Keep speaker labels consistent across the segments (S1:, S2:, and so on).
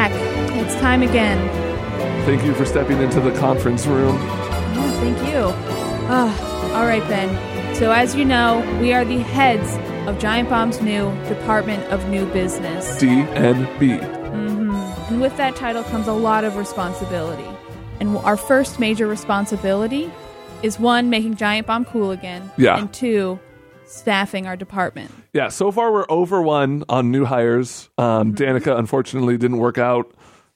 S1: It's time again.
S2: Thank you for stepping into the conference room.
S1: Oh, thank you. Ah, all right, then. So, as you know, we are the heads of Giant Bomb's new Department of New Business.
S2: DNB.
S1: And with that title comes a lot of responsibility. And our first major responsibility is one, making Giant Bomb cool again.
S2: Yeah.
S1: And two, staffing our department.
S2: Yeah, so far we're over one on new hires.
S1: Mm-hmm.
S2: Um, Danica unfortunately didn't work out.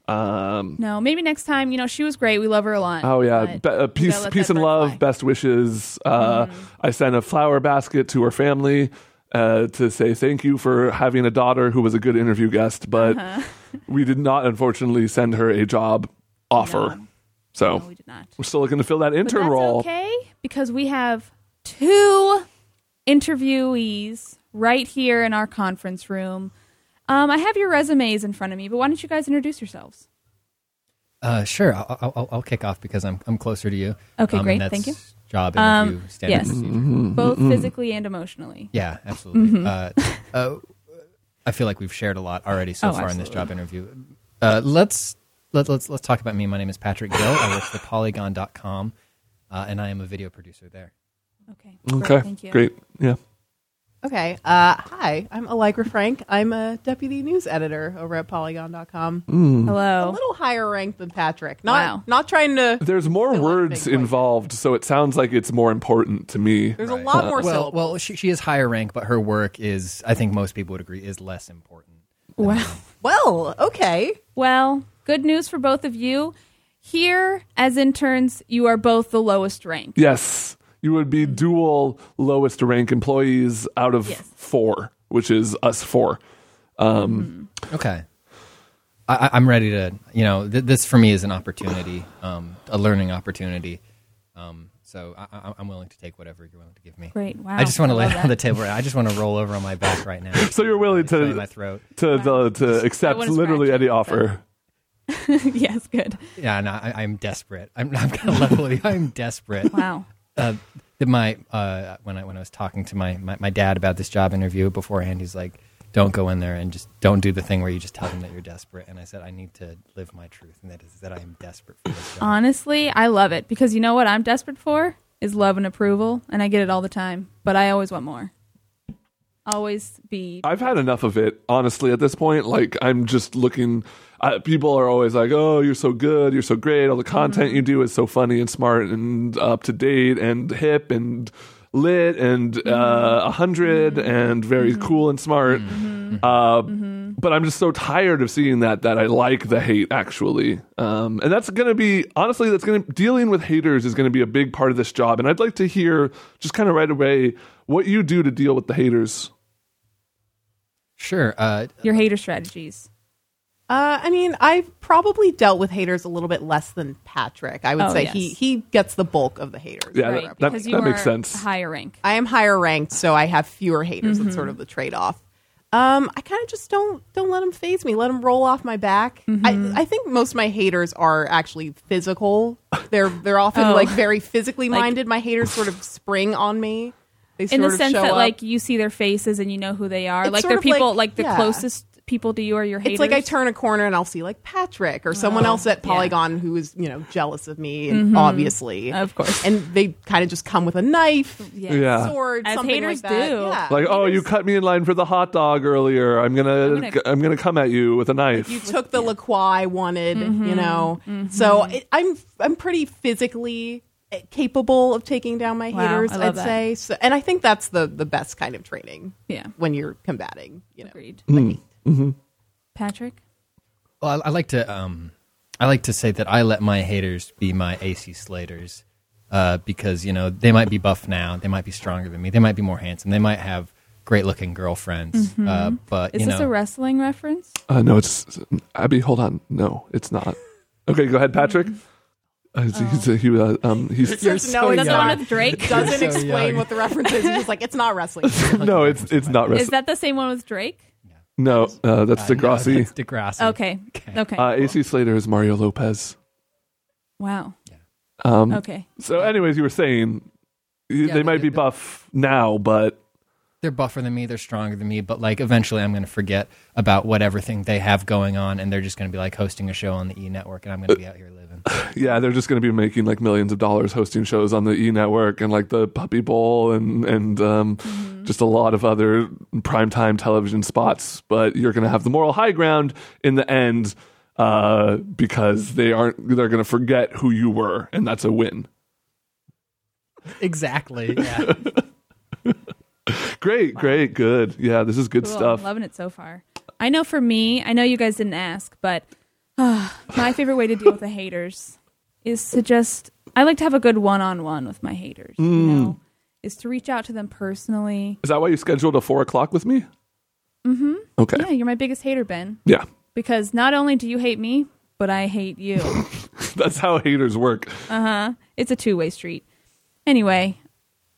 S2: Um,
S1: No, maybe next time, you know, she was great. We love her a lot.
S2: oh yeah,
S1: But
S2: Be- uh,
S1: we gotta
S2: peace,
S1: let
S2: peace
S1: that
S2: and
S1: bird
S2: love.
S1: fly. Mm-hmm.
S2: Best wishes. Uh, I sent a flower basket to her family uh, to say thank you for having a daughter who was a good interview guest, but
S1: Uh-huh.
S2: we did not unfortunately send her a job offer.
S1: No.
S2: So
S1: No, we did not.
S2: we're still looking to fill that
S1: But
S2: intern
S1: that's
S2: role.
S1: okay because we have two interviewees right here in our conference room. Um, I have your resumes in front of me, but why don't you guys introduce yourselves?
S3: Uh, sure, I'll, I'll, I'll- I'll kick off because I'm I'm closer to you. Um,
S1: Okay,
S3: and
S1: great,
S3: that's
S1: thank you.
S3: Job
S1: Um,
S3: interview standard
S1: yes,
S3: procedure.
S1: both physically and emotionally.
S3: Yeah, absolutely.
S1: Mm-hmm.
S3: Uh, uh, I feel like we've shared a lot already so
S1: Oh,
S3: far in this job interview. Uh, let's let, let's let's talk about me. My name is Patrick Gill. I work for Polygon.com, uh, and I am a video producer there.
S1: Okay.
S2: Okay,
S1: Thank you.
S2: great. Yeah.
S4: Okay. Uh, hi, I'm Allegra Frank. I'm a deputy news editor over at Polygon.com. A
S1: Hello.
S4: little higher rank than Patrick. Not
S1: Wow.
S4: not trying to.
S2: There's more
S4: Still a
S2: words
S4: big question.
S2: involved, so it sounds like it's more important to me.
S4: There's
S3: Right.
S4: a lot more.
S3: well,
S4: syllables.
S3: well, she, she is higher rank, but her work is, I think most people would agree, is less important.
S1: Wow.
S4: well, okay.
S1: Well, good news for both of you. Here, as interns, you are both the lowest rank.
S2: Yes, you would be dual lowest rank employees out of
S1: Mm. Yes.
S2: four, which is us four.
S3: Okay. I, I- I'm ready to, you know, th- this for me is an opportunity, um, a learning opportunity. Um, so I, I, I'm willing to take whatever you're willing to give me.
S1: Great. Wow.
S3: I just want
S1: I
S3: to lay
S1: love
S3: down
S1: that.
S3: on the table. Right? I just want to roll over on my back right now.
S2: So you're willing
S3: It's in
S2: to
S3: my throat.
S2: to the, to accept
S1: wanna
S2: literally
S1: scratch
S2: any
S1: it,
S2: offer.
S1: yes, good.
S3: Yeah, no, I, I'm desperate. I'm, I'm gonna level with you. I'm desperate.
S1: Wow.
S3: uh, that my uh, when I when I was talking to my, my my dad about this job interview beforehand, he's like, "Don't go in there and just don't do the thing where you just tell them that you're desperate." And I said, "I need to live my truth, and that is that I am desperate for this job."
S1: Honestly, I love it because you know what I'm desperate for is love and approval, and I get it all the time, but I always want more. Always be
S2: I've had enough of it, honestly. At this point, like I'm just looking. I, people are always like, "Oh, you're so good, you're so great. All the content you do is so funny and smart and up to date and hip and lit and uh, a 100 and very cool and smart." Uh, But I'm just so tired of seeing that that I like the hate actually, um, and that's going to be honestly that's going to dealing with haters is going to be a big part of this job. And I'd like to hear just kind of right away what you do to deal with the haters.
S3: Sure. Uh,
S1: your hater strategies.
S4: Uh, I mean, I've probably dealt with haters a little bit less than Patrick. I would
S1: Oh,
S4: say
S1: yes.
S4: he he gets the bulk of the haters.
S2: Yeah,
S1: right.
S2: that, that,
S1: because you
S2: that
S1: are
S2: makes sense.
S1: higher rank.
S4: I am higher ranked, so I have fewer haters. That's
S1: Mm-hmm.
S4: sort of the trade off. Um, I kind of just don't don't let them phase me. Let them roll off my back.
S1: Mm-hmm.
S4: I, I think most of my haters are actually physical. They're they're often
S1: Oh.
S4: like very physically
S1: Like-
S4: minded. my haters sort of spring on me. They sort
S1: In the
S4: of
S1: sense
S4: show
S1: that
S4: up.
S1: like you see their faces and you know who they are.
S4: It's
S1: like
S4: sort
S1: they're
S4: of like-
S1: people like, the
S4: yeah.
S1: closest people to you are your haters.
S4: it's like I turn a corner and I'll see like Patrick or someone
S1: Oh,
S4: else at
S1: yeah. Mm-hmm.
S4: Polygon who is you know jealous of me, obviously,
S1: Of course.
S4: and they kind of just come with a knife,
S1: Yes.
S2: Yeah.
S4: sword,
S1: As
S4: something
S1: haters
S4: like that.
S1: do.
S4: Yeah.
S2: like, oh, you
S4: Haters-
S2: cut me in line for the hot dog earlier. I'm gonna, I'm gonna,
S1: gonna-
S2: come at you with a knife.
S4: you Mm-hmm. took the LaCroix I wanted, you know. So it, I'm I'm pretty physically eh, capable of taking down my
S1: Wow,
S4: haters.
S1: I
S4: I'd
S1: love that.
S4: say, so, and I think that's the the best kind of training.
S1: Yeah.
S4: when you're combating, you know.
S1: Agreed.
S2: Mm-hmm.
S1: Patrick?
S3: well, I, I like to um, I like to say that I let my haters be my AC Slaters, uh, because you know they might be buff now, they might be stronger than me, they might be more handsome, they might have great looking girlfriends, uh, but
S1: Mm-hmm. Is
S3: you
S1: this
S3: know,
S1: a wrestling reference?
S2: uh, no, it's Abby. Hold on, no, it's not. Okay, go ahead, Patrick. Uh, he's, he's, he, uh, um, he's
S4: You're so
S1: Is that the
S4: young.
S1: one with Drake?
S4: Doesn't
S3: so
S4: explain
S3: young.
S4: what the reference is. He's just like, it's not wrestling.
S2: no, it's it's not
S1: Is
S2: wrestling.
S1: that the same one with Drake?
S2: no, uh, that's
S3: Uh, no,
S2: Degrassi.
S3: that's Degrassi.
S1: Okay. Okay.
S2: uh, AC Slater is Mario Lopez.
S1: wow.
S2: Um,
S1: Okay.
S2: So, anyways, you were saying you-
S3: Yeah,
S2: they
S3: the-
S2: might be
S3: the-
S2: buff now, but
S3: they're buffer than me, they're stronger than me, but like eventually I'm going to forget about whatever thing they have going on, and they're just going to be like hosting a show on the E Network, and I'm going to be out here living.
S2: yeah, they're just going to be making like millions of dollars hosting shows on the E Network and like the Puppy Bowl and and um,
S1: Mm-hmm.
S2: just a lot of other primetime television spots. But you're going to have the moral high ground in the end uh, because they aren't. They're going to forget who you were, and that's a win.
S3: exactly. Yeah.
S2: Great, great, good. Yeah, this is good
S1: Cool.
S2: stuff.
S1: I'm loving it so far. I know for me, I know you guys didn't ask, but uh, my favorite way to deal with the haters is to just I like to have a good one-on-one with my haters. You
S2: Mm.
S1: know, is to reach out to them personally.
S2: Is that why you scheduled a four o'clock with me? Mm-hmm. Okay.
S1: Yeah, you're my biggest hater, Ben,
S2: Yeah.
S1: because not only do you hate me, but I hate you.
S2: That's how haters work.
S1: it's a two-way street. Anyway,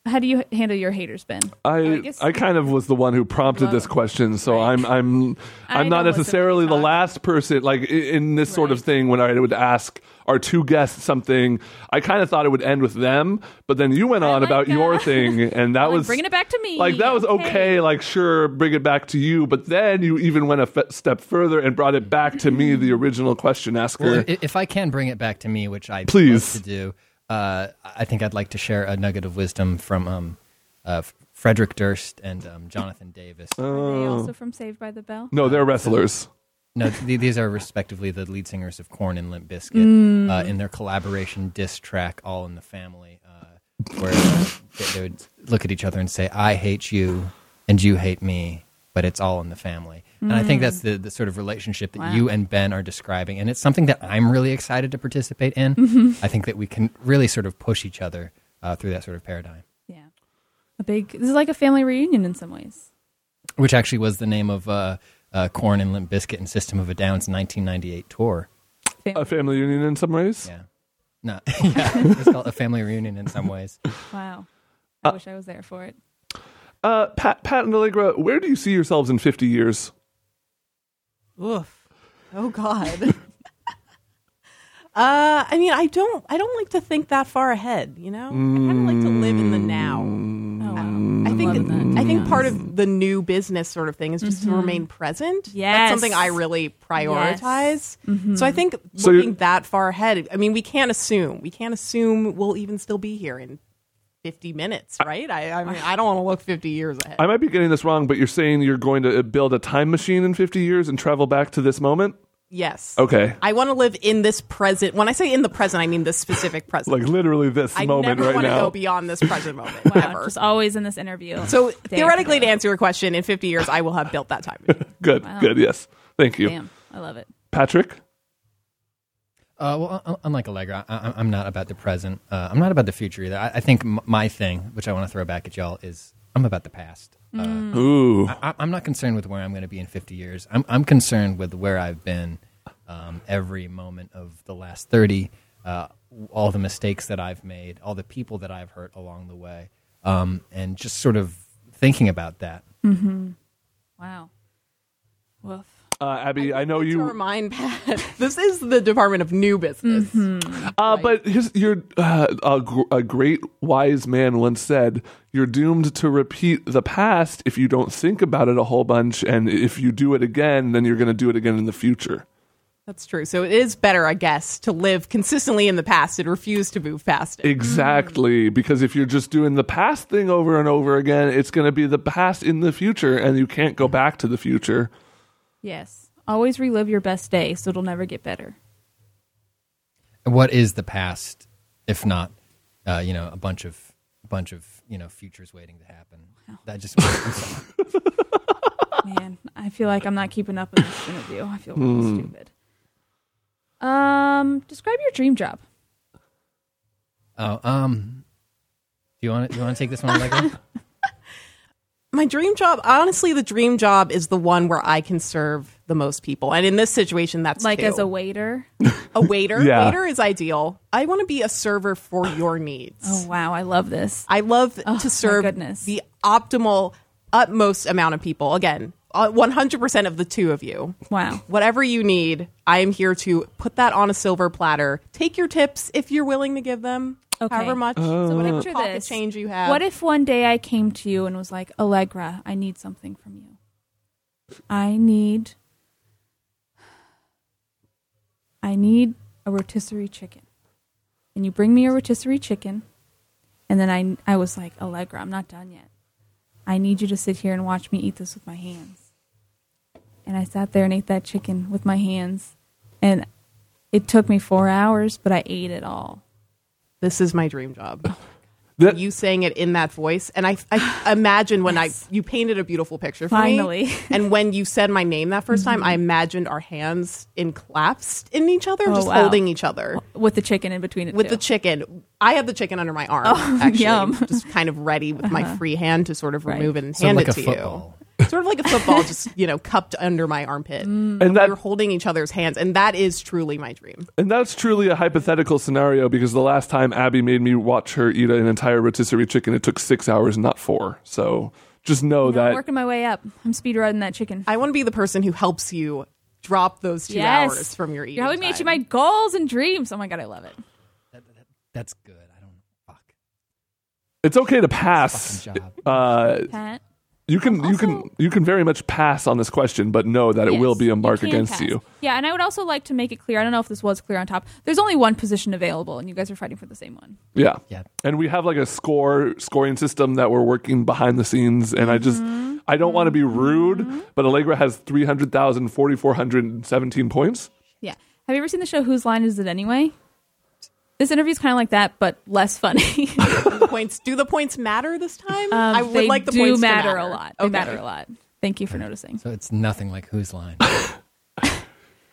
S1: how do you h- handle your haters, Ben?
S2: I
S1: I guess-
S2: I kind of was the one who prompted this question, so I'm I'm
S1: I
S2: I'm not
S1: know what's
S2: necessarily the
S1: about to
S2: last person like i- in this sort of
S1: Right.
S2: thing when I would ask our two guests something. I kind of thought it would end with them, but then you went on
S1: like
S2: about your
S1: that.
S2: thing, and that
S1: Like,
S2: was
S1: bringing it back to me.
S2: Like that was okay.
S1: Okay.
S2: like sure, bring it back to you, but then you even went a f- step further and brought it back to me, the original question asker.
S3: Well, i- if I can bring it back to me, which I
S2: Please.
S3: love to do, uh, I think I'd like to share a nugget of wisdom from um, uh, F- Frederick Durst and um, Jonathan Davis.
S1: Are they
S2: Mm.
S1: also from Saved by the Bell?
S2: no, they're wrestlers.
S3: No, th- these are respectively the lead singers of Corn and Limp Bizkit uh, in their collaboration disc track "All in the Family," uh, where uh, they, they would look at each other and say, "I hate you, and you hate me, but it's all in the family." And I think that's the, the sort of relationship that you and Ben are describing, and it's something that I'm really excited to participate in. I think that we can really sort of push each other uh, through that sort of paradigm.
S1: Yeah, a big. This is like a family reunion in some ways.
S3: which actually was the name of uh, uh, Corn and Limp Biscuit and System of a Down's 1998 tour.
S2: A family union in some ways.
S3: Yeah, no, yeah, it's called a family reunion in some ways.
S1: Wow. I wish I was there for it.
S2: Uh, Pat, Pat and Allegra, where do you see yourselves in 50 years?
S4: Oof. Oh God. uh, I mean, I don't. I don't like to think that far ahead. You know, I kind of like to live in the now.
S1: Oh,
S4: I think.
S1: that, Mm-hmm.
S4: I think part of the new business sort of thing is just to remain present.
S1: Yes. Mm-hmm.
S4: that's something I really prioritize. So I think
S2: So you're-
S4: looking that far ahead. I mean, we can't assume. We can't assume we'll even still be here in fifty minutes, right? I, I mean, I don't want to look fifty years ahead.
S2: I might be getting this wrong, but you're saying you're going to uh, build a time machine in 50 years and travel back to this moment?
S4: yes.
S2: Okay.
S4: I want to live in this present. When I say in the present, I mean this specific present.
S2: Like literally this
S4: I
S2: moment
S4: never
S2: right
S4: want to
S2: now.
S4: go beyond this present moment
S1: Wow,
S4: ever.
S1: Just always in this interview.
S4: So
S1: Day
S4: theoretically,
S1: after
S4: to
S1: day.
S4: answer your question, in 50 years, I will have built that time. machine.
S2: good, good, yes. Thank you.
S1: Damn, I love it.
S2: Patrick?
S3: Uh, well, un- unlike Allegra, I- I- I'm not about the present. Uh, I'm not about the future either. I, I think m- my thing, which I want to throw back at y'all, is I'm about the past. Uh,
S2: Mm. Ooh.
S3: I, I'm not concerned with where I'm going to be in 50 years. I'm, I'm concerned with where I've been um, every moment of the last 30, uh, all the mistakes that I've made, all the people that I've hurt along the way, um, and just sort of thinking about that.
S1: Wow. Woof.
S2: Uh, Abby, I, know
S4: to
S2: you.
S4: remind Pat, this is the Department of New Business.
S1: Mm-hmm.
S2: Uh, but his, you're, uh, a, gr- a great wise man once said, You're doomed to repeat the past if you don't think about it a whole bunch. And if you do it again, then you're going to do it again in the future.
S4: That's true. So it is better, I guess, to live consistently in the past and refuse to move past it.
S2: Exactly,
S1: Mm.
S2: because if you're just doing the past thing over and over again, it's going to be the past in the future, and you can't go back to the future.
S1: Yes. Always relive your best day, so it'll never get better.
S3: What is the past, if not, uh, you know, a bunch of bunch of you know futures waiting to happen? That just I'm sorry.
S1: Man, I feel like I'm not keeping up with this interview. I feel really stupid. Um, describe your dream job.
S3: Oh, um, do you want do you want to take this one, Allegra?
S4: My dream job, honestly, the dream job is the one where I can serve the most people. And in this situation, that's
S1: Like
S4: two.
S1: as a waiter.
S4: a waiter.
S2: Yeah.
S4: Waiter is ideal. I want to be a server for your needs.
S1: Oh wow, I love this.
S4: I love
S1: Oh, my
S4: to serve
S1: goodness.
S4: the optimal, utmost amount of people. Again, uh, 100% of the two of you.
S1: Wow.
S4: Whatever you need, I am here to put that on a silver platter. Take your tips if you're willing to give them.
S1: Okay.
S4: however much,
S3: Uh,
S4: so whatever
S1: Picture
S4: pocket
S1: this.
S4: change you have.
S1: What if one day I came to you and was like, Allegra, I need something from you. I need. I need a rotisserie chicken. And you bring me a rotisserie chicken. And then I, I was like, Allegra, I'm not done yet. I need you to sit here and watch me eat this with my hands. And I sat there and ate that chicken with my hands. And it took me four hours, but I ate it all.
S4: this is my dream job?
S2: That,
S4: you saying it in that voice, and I, I imagine when I you painted a beautiful picture for
S1: Finally. Mm-hmm.
S4: me, and when you said my name that 1st time, I imagined our hands enclasped in each other,
S1: Oh,
S4: just
S1: wow.
S4: holding each other.
S1: With the chicken in between it
S4: with
S1: too.
S4: the chicken. I have the chicken under my arm, actually,
S1: Oh, yum. Uh-huh.
S4: just kind of ready with my free hand to sort of
S1: Right.
S4: remove it and
S3: So
S4: hand
S3: like
S4: it
S3: a
S4: to
S3: football.
S4: you, sort of like a football, just you know, cupped under my armpit.
S1: Mm.
S2: and that
S4: We're holding each other's hands, and that is truly my dream.
S2: And that's truly a hypothetical scenario because the last time Abby made me watch her eat an entire rotisserie chicken, it took six hours, not four. So just know
S1: I'm
S2: that.
S1: working my way up. I'm speed riding that chicken.
S4: I want to be the person who helps you drop those two hours from your eating.
S1: You're helping me
S4: time.
S1: achieve my goals and dreams. Oh my god, I love it.
S3: That- that- that's good. I don't fuck
S2: It's okay to pass.
S3: fucking job.
S2: Uh,
S1: Pat,
S2: you can you can
S1: Also-
S2: you can very much pass on this question, but know that it
S1: Yes,
S2: will be a
S1: you
S2: mark
S1: can
S2: against
S1: pass.
S2: you.
S1: Yeah, and I would also like to make it clear. I don't know if this was clear on top. There's only one position available, and you guys are fighting for the same one.
S2: Yeah.
S3: Yeah.
S2: And we have like a score scoring system that we're working behind the scenes and I just I don't want to be
S1: Mm-hmm.
S2: rude, but Allegra has 300,000 4417 points.
S1: Yeah. Have you ever seen the show Whose Line Is It Anyway? This interview's kind of like that, but less funny.
S4: The points. Do the points matter this time? I would
S1: Um, they
S4: like the
S1: do
S4: points
S1: matter,
S4: to matter
S1: a lot. They
S4: Okay.
S1: matter a lot. Thank you for noticing.
S3: So it's nothing like whose line.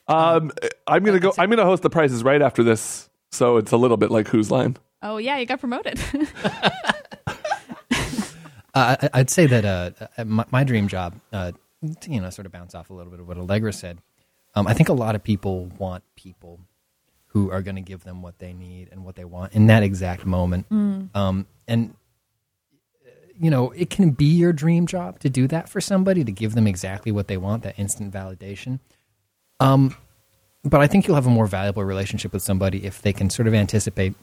S2: Um, I'm gonna go. I'm gonna host the prizes right after this, so it's a little bit like whose line.
S1: Oh yeah, you got promoted.
S3: Uh, I- I'd say that uh, uh, my, my dream job, uh, to, you know, sort of bounce off a little bit of what Allegra said. Um, I think a lot of people want people who are going to give them what they need and what they want in that exact moment. Um, and uh, you know, it can be your dream job to do that for somebody to give them exactly what they want, that instant validation. Um, but I think you'll have a more valuable relationship with somebody if they can sort of anticipate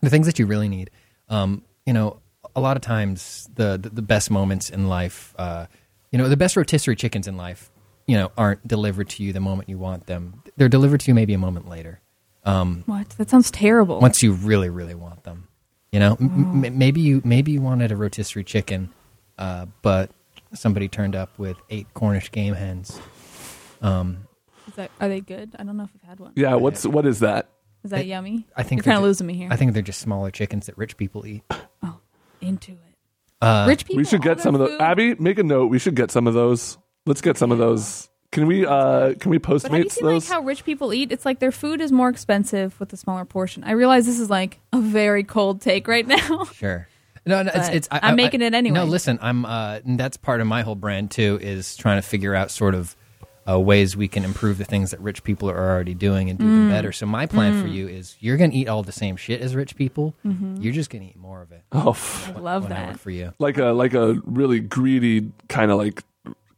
S3: the things that you really need. Um, you know, a lot of times the the, the best moments in life, uh, you know, the best rotisserie chickens in life, you know, aren't delivered to you the moment you want them. They're delivered to you maybe a moment later um,
S1: what? That sounds terrible.
S3: once you really really want them you know M-
S1: Mm.
S3: m- maybe you maybe you wanted a rotisserie chicken uh, but somebody turned up with eight cornish game hens
S1: Is that, are they good? I don't know if we've had one.
S2: Yeah, what's what is that?
S1: Is that yummy?
S3: i think
S1: you're kind of
S3: they're ju-
S1: losing me here.
S3: i think they're just smaller chickens that rich people eat
S1: into it.
S3: Uh,
S1: Rich people.
S2: we should
S1: all
S2: get
S1: their
S2: some of those.
S1: food-
S2: Abby, make a note. We should get some of those. Let's get some of those. Can we? uh Can we
S1: But have you
S2: postmates
S1: seen
S2: those?
S1: like how rich people eat? It's like their food is more expensive with a smaller portion. I realize this is like a very cold take right now.
S3: Sure. No, no, it's,
S1: But
S3: it's I,
S1: I'm
S3: I-
S1: making
S3: I-
S1: it anyway.
S3: No, listen, I'm. Uh, and that's part of my whole brand too is trying to figure out sort of uh, ways we can improve the things that rich people are already doing and do
S1: Mm.
S3: them better. So my plan for you is you're going to eat all the same shit as rich people. You're just going to eat more of it.
S2: oh, f-
S1: I love
S3: when I work
S1: Mm-hmm. that.
S3: for you.
S2: like a like a really greedy kind of like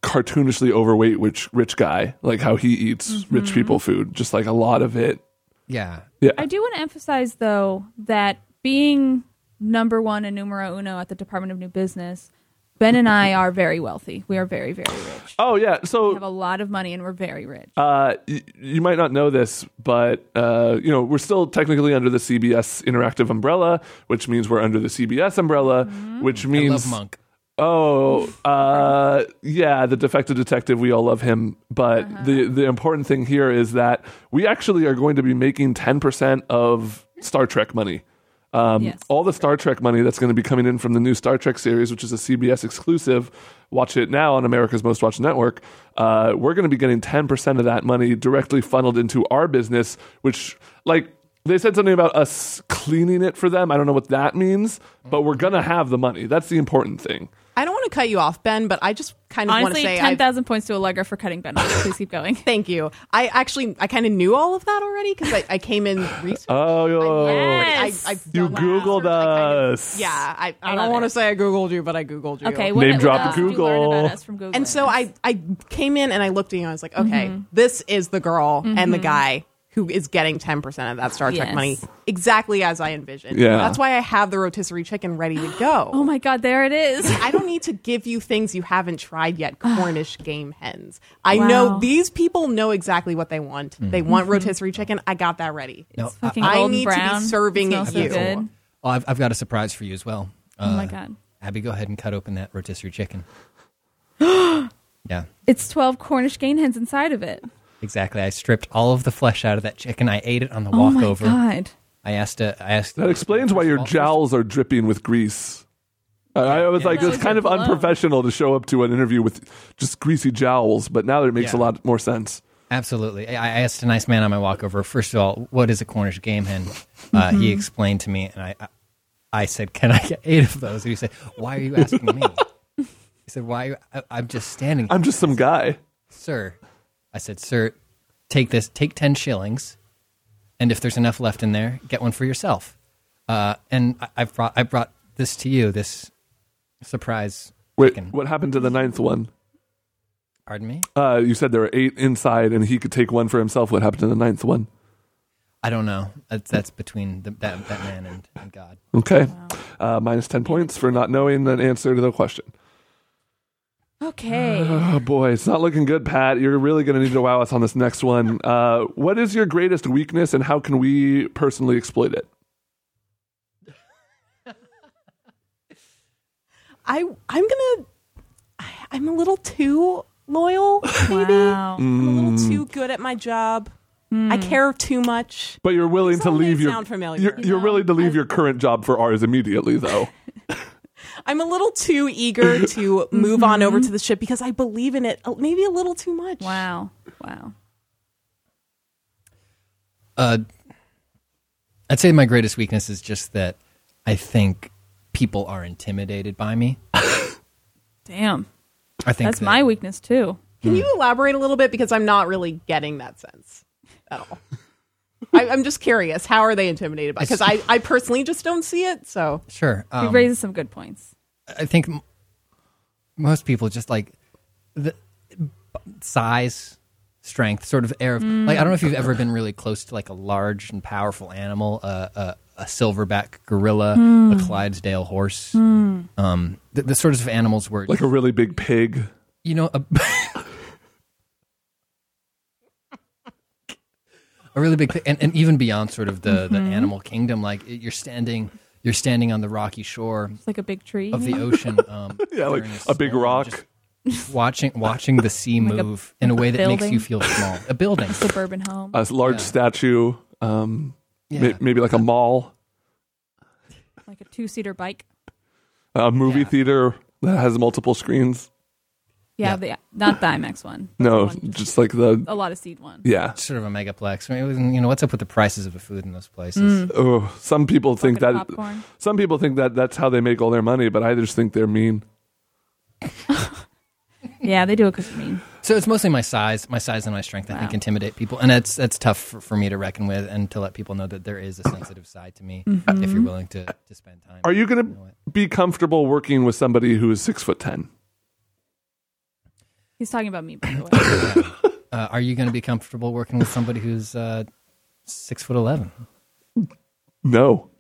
S2: cartoonishly overweight rich rich guy. Like how he eats
S1: Mm-hmm.
S2: rich people food, just like a lot of it.
S3: Yeah.
S2: Yeah,
S1: I do want to emphasize though that being number one and numero uno at the Department of New Business, Ben and I are very wealthy. We are very very rich.
S2: Oh yeah,
S1: We have
S2: so
S1: a lot of money and we're very rich.
S2: uh, y- you might not know this, but uh, you know we're still technically under the CBS Interactive umbrella, which means we're under the CBS umbrella,
S1: Mm-hmm.
S2: which
S3: I
S2: means
S3: love Monk.
S2: Oh, uh, yeah, the defective detective. We all love him, but the the important thing here is that we actually are going to be making ten percent of Star Trek money. Um,
S1: Yes.
S2: All the Star Trek money that's going to be coming in from the new Star Trek series, which is a CBS exclusive. Watch it now on America's Most Watched Network. Uh, we're going to be getting ten percent of that money directly funneled into our business, which like. They said something about us cleaning it for them. I don't know what that means, but we're going to have the money. That's the important thing.
S4: I don't want to cut you off, Ben, but I just kind of want to
S1: Honestly,
S4: say
S1: ten
S4: I,
S1: thousand points to Allegra for cutting Ben. off. Please keep going.
S4: thank you. I actually I kind of knew all of that already because I, I came in research.
S2: Oh, yo.
S1: Yes.
S4: I, I've
S2: You
S4: done
S2: Googled
S4: research. I kind of-
S2: us.
S4: yeah, I, I,
S1: love
S4: don't want
S1: it.
S4: to say I Googled you, but I Googled you.
S1: Okay,
S2: Name
S1: what
S2: drop
S1: else do you learn
S2: Google.
S1: about us from Google. Mm-hmm.
S4: And so I, I came in and I looked at you and I was like, okay, this is the girl and the guy who is getting 10% of that Star Trek
S1: Yes.
S4: money exactly as I envisioned.
S2: Yeah.
S4: That's why I have the rotisserie chicken ready to go.
S1: Oh my god, there it is.
S4: I don't need to give you things you haven't tried yet, Cornish game hens. I
S1: Wow. Mm-hmm.
S4: know these people know exactly what they want. They want rotisserie chicken. I got that ready.
S3: No,
S1: It's fucking
S4: I
S1: golden
S4: need to be
S1: brown.
S4: serving
S1: it
S4: it
S1: smells so
S4: you.
S1: good.
S3: Oh, I've, I've got a surprise for you as well. Uh,
S1: Oh my God.
S3: Abby, go ahead and cut open that rotisserie chicken. yeah,
S1: It's twelve Cornish game hens inside of it.
S3: exactly. I stripped all of the flesh out of that chicken. I ate it on the
S1: oh my
S3: walkover.
S1: god.
S3: I asked. A, I asked.
S2: That explains why your jowls are dripping with grease. I- I was like,
S1: Those
S2: it's kind
S1: are
S2: of
S1: blown.
S2: unprofessional to show up to an interview with just greasy jowls, but now it makes a
S3: Yeah.
S2: lot more sense.
S3: Absolutely. I I asked a nice man on my walkover, first of all, what is a Cornish game hen? Uh,
S2: Mm-hmm.
S3: He explained to me, and I, I, I said, Can I get eight of those? And he said, Why are you asking me? he said, Why? Are you, I, I'm just standing
S2: I'm just some guy.
S3: sir. I said, Sir, take this, take 10 shillings, and if there's enough left in there, get one for yourself. Uh, and I, I've brought, I brought this to you, this surprise
S2: Wait,
S3: chicken.
S2: what happened to the ninth one?
S3: Pardon me?
S2: Uh, you said there were eight inside, and he could take one for himself. What happened to the ninth one?
S3: I don't know. That's, that's between the, that, that man and, and God.
S2: Okay, uh, minus ten points for not knowing an answer to the question.
S1: Okay.
S2: Oh boy, it's not looking good, Pat. You're really going to need to wow us on this next one. Uh, what is your greatest weakness, and how can we personally exploit it?
S4: I I'm gonna I, I'm a little too loyal, maybe.
S1: Wow.
S4: I'm a little too good at my job. I
S1: Mm.
S4: care too much.
S2: But you're willing to
S4: Some may
S2: leave your
S4: sound familiar.
S2: You're, you're willing to leave your current job for ours immediately, though.
S4: I'm a little too eager to move on over to the ship because I believe in it uh, maybe a little too much.
S1: Wow. Wow.
S3: Uh, I'd say my greatest weakness is just that I think people are intimidated by me.
S1: Damn.
S3: I think
S1: That's
S3: that-
S1: my weakness too.
S4: Can you elaborate a little bit because I'm not really getting that sense at all. I, I'm just curious. How are they intimidated by? Because I, I personally just don't see it. So
S3: Sure.
S1: He
S3: Um,
S1: raises some good points.
S3: I think m- most people just like the b- size, strength, sort of air of
S1: Mm.
S3: like. I don't know if you've ever been really close to like a large and powerful animal, uh, a a silverback gorilla,
S1: Mm.
S3: a Clydesdale horse, um, the, the sorts of animals where
S2: Like a really big pig.
S3: you know a, a really big thing and, and even beyond sort of the, the
S1: Mm-hmm.
S3: animal kingdom like it- you're standing you're standing on the rocky shore
S1: It's like a big tree.
S3: of the ocean um,
S2: Yeah, like
S3: during
S2: a big
S3: storm,
S2: rock.
S3: just watching watching the sea
S1: Like a-
S3: move in a way that makes
S1: building.
S3: you feel small a building
S1: Suburban home.
S2: A large statue. Um,
S3: yeah.
S2: may- maybe like a mall,
S1: like a two seater bike.
S2: a movie
S3: Yeah.
S2: theater that has multiple screens.
S1: Yeah,
S3: Yeah.
S1: The, not the IMAX one.
S2: No,
S1: The one-
S2: just like the
S1: a lot of seed one.
S2: yeah.
S3: sort of a megaplex I mean, you know what's up with the prices of the food in those
S1: Mm.
S3: places
S2: Oh, some people think
S1: Bucket
S2: that
S1: of popcorn.
S2: some people think that that's how they make all their money, but I just think they're mean.
S1: Yeah, they do it because of mean.
S3: so it's mostly my size my size and my strength i think
S1: Wow.
S3: intimidate people and that's that's tough for, for me to reckon with and to let people know that there is a sensitive side to me if you're willing to, to spend time
S2: Are you going
S3: know what?
S2: to be comfortable working with somebody who is six foot ten?
S1: He's talking about me, by the way.
S3: uh, are you going to be comfortable working with somebody who's uh, six foot eleven
S2: No.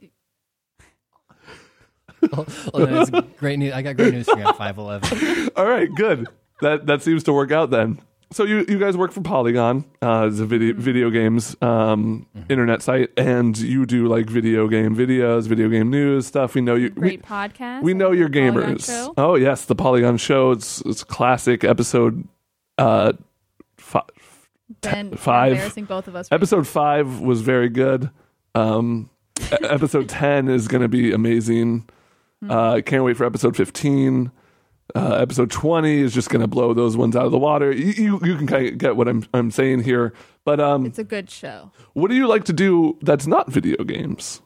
S3: well, no, it's great news i got great news for you at 5'11
S2: All right, good. That that seems to work out then. So you, you guys work for Polygon, uh, it's a
S1: Mm-hmm.
S2: video video games um, internet site, and you do like video game videos, video game news stuff. We know you.
S1: Great
S2: we,
S1: podcast.
S2: we know you're gamers.
S1: Show.
S2: Oh yes, the Polygon Show. It's it's classic episode. Uh, fi-
S1: Ben,
S2: five.
S1: Embarrassing both of us. right
S2: episode five was very good. Um, e- episode ten is going to be amazing.
S1: Hmm.
S2: Uh, can't wait for episode fifteen. Uh, episode twenty is just going to blow those ones out of the water. You you, you can kind of get what I'm I'm saying here. But
S1: now.
S2: um,
S1: It's a good show.
S2: what do you like to do that's not video games?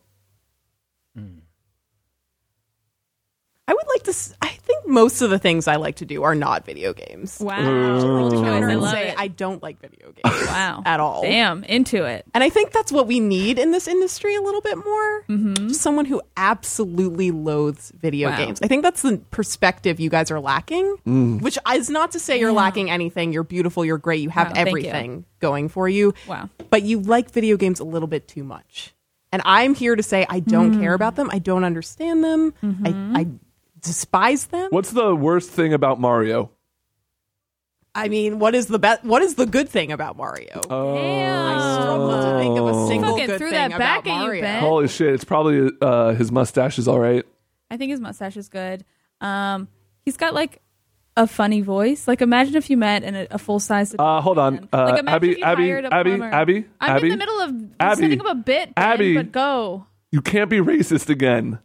S4: I would like to. s- I think think most of the things I like to do are not video games.
S1: Wow.
S4: I
S1: I
S4: would
S1: love
S4: say
S1: it.
S4: I don't like video games.
S1: wow.
S4: at all.
S1: Damn, into it.
S4: And I think that's what we need in this industry a little bit more. Just someone who absolutely loathes video
S1: Mm-hmm. Wow.
S4: games. I think that's the perspective you guys are lacking, which is not to say you're lacking anything. You're beautiful, you're great, you have
S1: Wow, thank you.
S4: everything going for you.
S1: Wow.
S4: But you like video games a little bit too much. And I'm here to say I don't
S1: Mm.
S4: care about them. I don't understand them.
S1: Mm-hmm.
S4: I, I despise them.
S2: What's the worst thing about Mario?
S4: I mean, what is the best? What is the good thing about Mario?
S2: Uh, Oh.
S1: Damn.
S4: I struggle to think of a single
S1: Oh. Fucking
S4: good
S1: threw
S4: thing
S1: that
S4: about
S1: back at you,
S4: Mario.
S1: Ben.
S2: Holy shit! It's probably uh, his mustache is all right.
S1: I think his mustache is good. Um, he's got like a funny voice. Like imagine if you met in a, a full size.
S2: Uh, hold on, uh,
S1: like, imagine
S2: Abby,
S1: if you
S2: Abby,
S1: hired a
S2: Abby,
S1: plumber.
S2: Abby,
S1: I'm
S2: Abby.
S1: in the middle of
S2: Abby.
S1: setting up a bit, Ben,
S2: Abby.
S1: But go,
S2: You can't be racist again.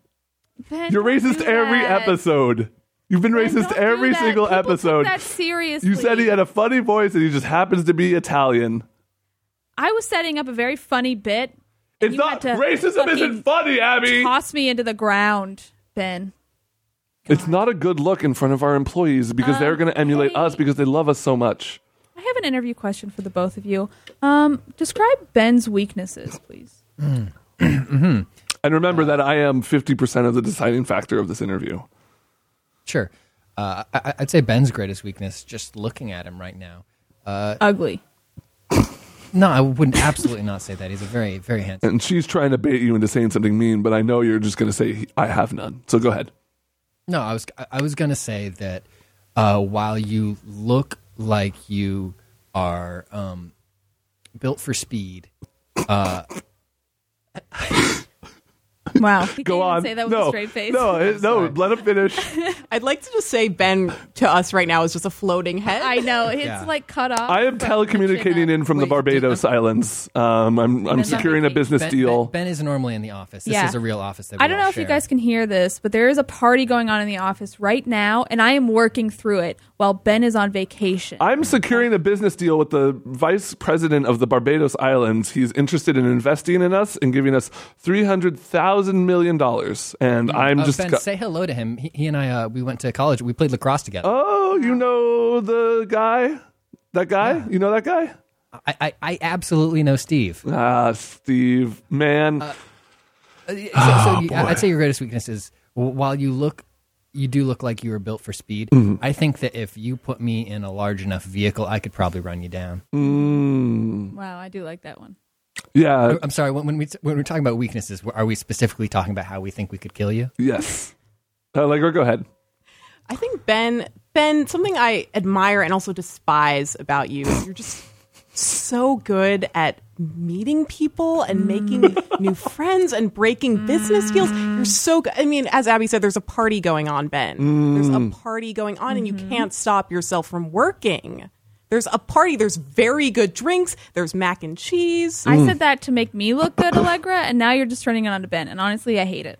S1: Ben,
S2: You're
S1: don't
S2: racist
S1: do
S2: every
S1: that.
S2: episode. You've been
S1: Ben,
S2: racist
S1: don't do
S2: every
S1: that.
S2: single
S1: People
S2: episode.
S1: Take that seriously.
S2: You said he had a funny voice and he just happens to be Italian.
S1: I was setting up a very funny bit. and
S2: It's
S1: you
S2: not
S1: had to
S2: racism
S1: fucking
S2: isn't funny, Abby.
S1: Toss me into the ground, Ben.
S2: It's not a good look in front of our employees because they're going to emulate
S1: hey.
S2: us because they love us so much.
S1: I have an interview question for the both of you. Um, describe Ben's weaknesses, please.
S2: And remember that I am 50% of the deciding factor of this interview.
S3: Sure. Uh, I- I- I'd say Ben's greatest weakness, just looking at him right now. Uh,
S1: Ugly.
S3: No, I would absolutely not say that. He's a very, very handsome.
S2: And she's trying to bait you into saying something mean, but I know you're just going to say, I have none. So go ahead.
S3: No, I was I- I was gonna say that uh, while you look like you are um, built for speed,
S1: Wow. He
S2: Go
S1: can't even
S2: on.
S1: Say that with
S2: no,
S1: a straight face.
S2: No, it- no, let him finish.
S4: I'd like to just say Ben to us right now is just a floating head.
S1: I know it's
S3: Yeah.
S1: like cut off.
S2: I am telecommunicating in from the
S3: Wait,
S2: Barbados Islands. Um, I'm, I'm
S1: Ben,
S2: securing a
S1: something-
S2: business
S3: ben,
S2: deal.
S3: Ben, ben is normally in the office. This
S1: Yeah.
S3: is a real office. That we
S1: I don't
S3: all
S1: know if you
S3: share.
S1: guys can hear this, but there is a party going on in the office right now, and I am working through it while Ben is on vacation.
S2: I'm securing a business deal with the vice president of the Barbados Islands. He's interested in investing in us and giving us three hundred thousand million dollars.
S4: Mm,
S2: And I'm
S3: Uh,
S2: just
S3: ben,
S2: go-
S3: say hello to him. He, he and I uh, we went to college. We played lacrosse together.
S2: oh, you know the guy, that guy. You know that guy,
S3: I, I, I absolutely know Steve.
S2: ah, Steve. Man,
S3: Uh, so,
S2: Ah,
S3: so you, I'd say your greatest weakness is w- while you look, you do look like you were built for speed.
S2: Mm-hmm.
S3: I think that if you put me in a large enough vehicle, I could probably run you down.
S1: wow, I do like that one.
S4: uh,
S2: yeah,
S3: Oh, I'm sorry. When, when we when we're talking about weaknesses, are we specifically talking about how we think we could kill you?
S2: yes. Uh, like, go ahead.
S4: I think Ben, Ben, something I admire and also despise about you is you're just so good at meeting people and making new friends and breaking business deals. You're so good. I mean, as Abby said, there's a party going on, Ben. There's a party going on, and you can't stop yourself from working. There's a party. There's very good drinks. There's mac and cheese.
S2: Mm.
S1: I said that to make me look good, Allegra, and now you're just turning it on to Ben. And honestly, I hate it.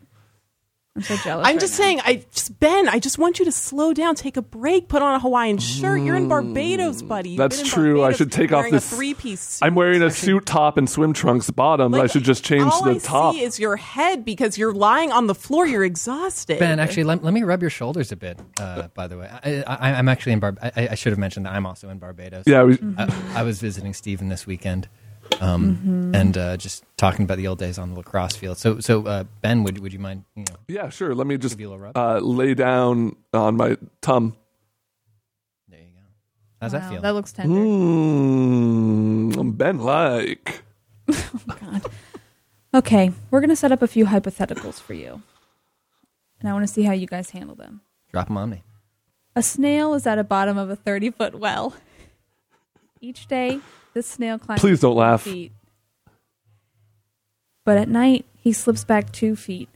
S1: I'm so jealous.
S4: I'm
S1: right
S4: just
S1: now.
S4: saying, I just Ben, I just want you to slow down, take a break, put on a Hawaiian shirt. You're in Barbados, buddy. You've
S2: Mm, That's
S4: been in
S2: true. I
S4: Barbados
S2: should take off
S4: wearing a
S2: this
S4: three-piece suit.
S2: I'm wearing a suit top and swim trunks bottom. I
S4: Like,
S2: should just change
S4: all
S2: the
S4: I
S2: top.
S4: See is your head because you're lying on the floor. You're exhausted.
S3: Ben, actually, let, let me rub your shoulders a bit. Uh, by the way, I, I, I'm actually in Barb. I- I, I should have mentioned that I'm also in Barbados.
S2: yeah,
S4: Mm-hmm.
S2: we,
S3: I, I was visiting Stephen this weekend, um,
S1: Mm-hmm.
S3: and uh, just talking about the old days on the lacrosse field. So, so uh, Ben, would would you mind? You know,
S2: yeah, sure. Let me just
S3: you a little rub.
S2: uh, lay down on my tum.
S3: there you go. How's that
S1: Wow,
S3: feel?
S1: That looks tender.
S2: Mm, ben like.
S1: Okay, we're gonna set up a few hypotheticals for you, and I want to see how you guys handle them.
S3: Drop them on me.
S1: A snail is at a bottom of a 30 foot well. Each day, this snail climbs.
S2: Please don't
S1: two
S2: laugh.
S1: Feet. But at night, he slips back two feet.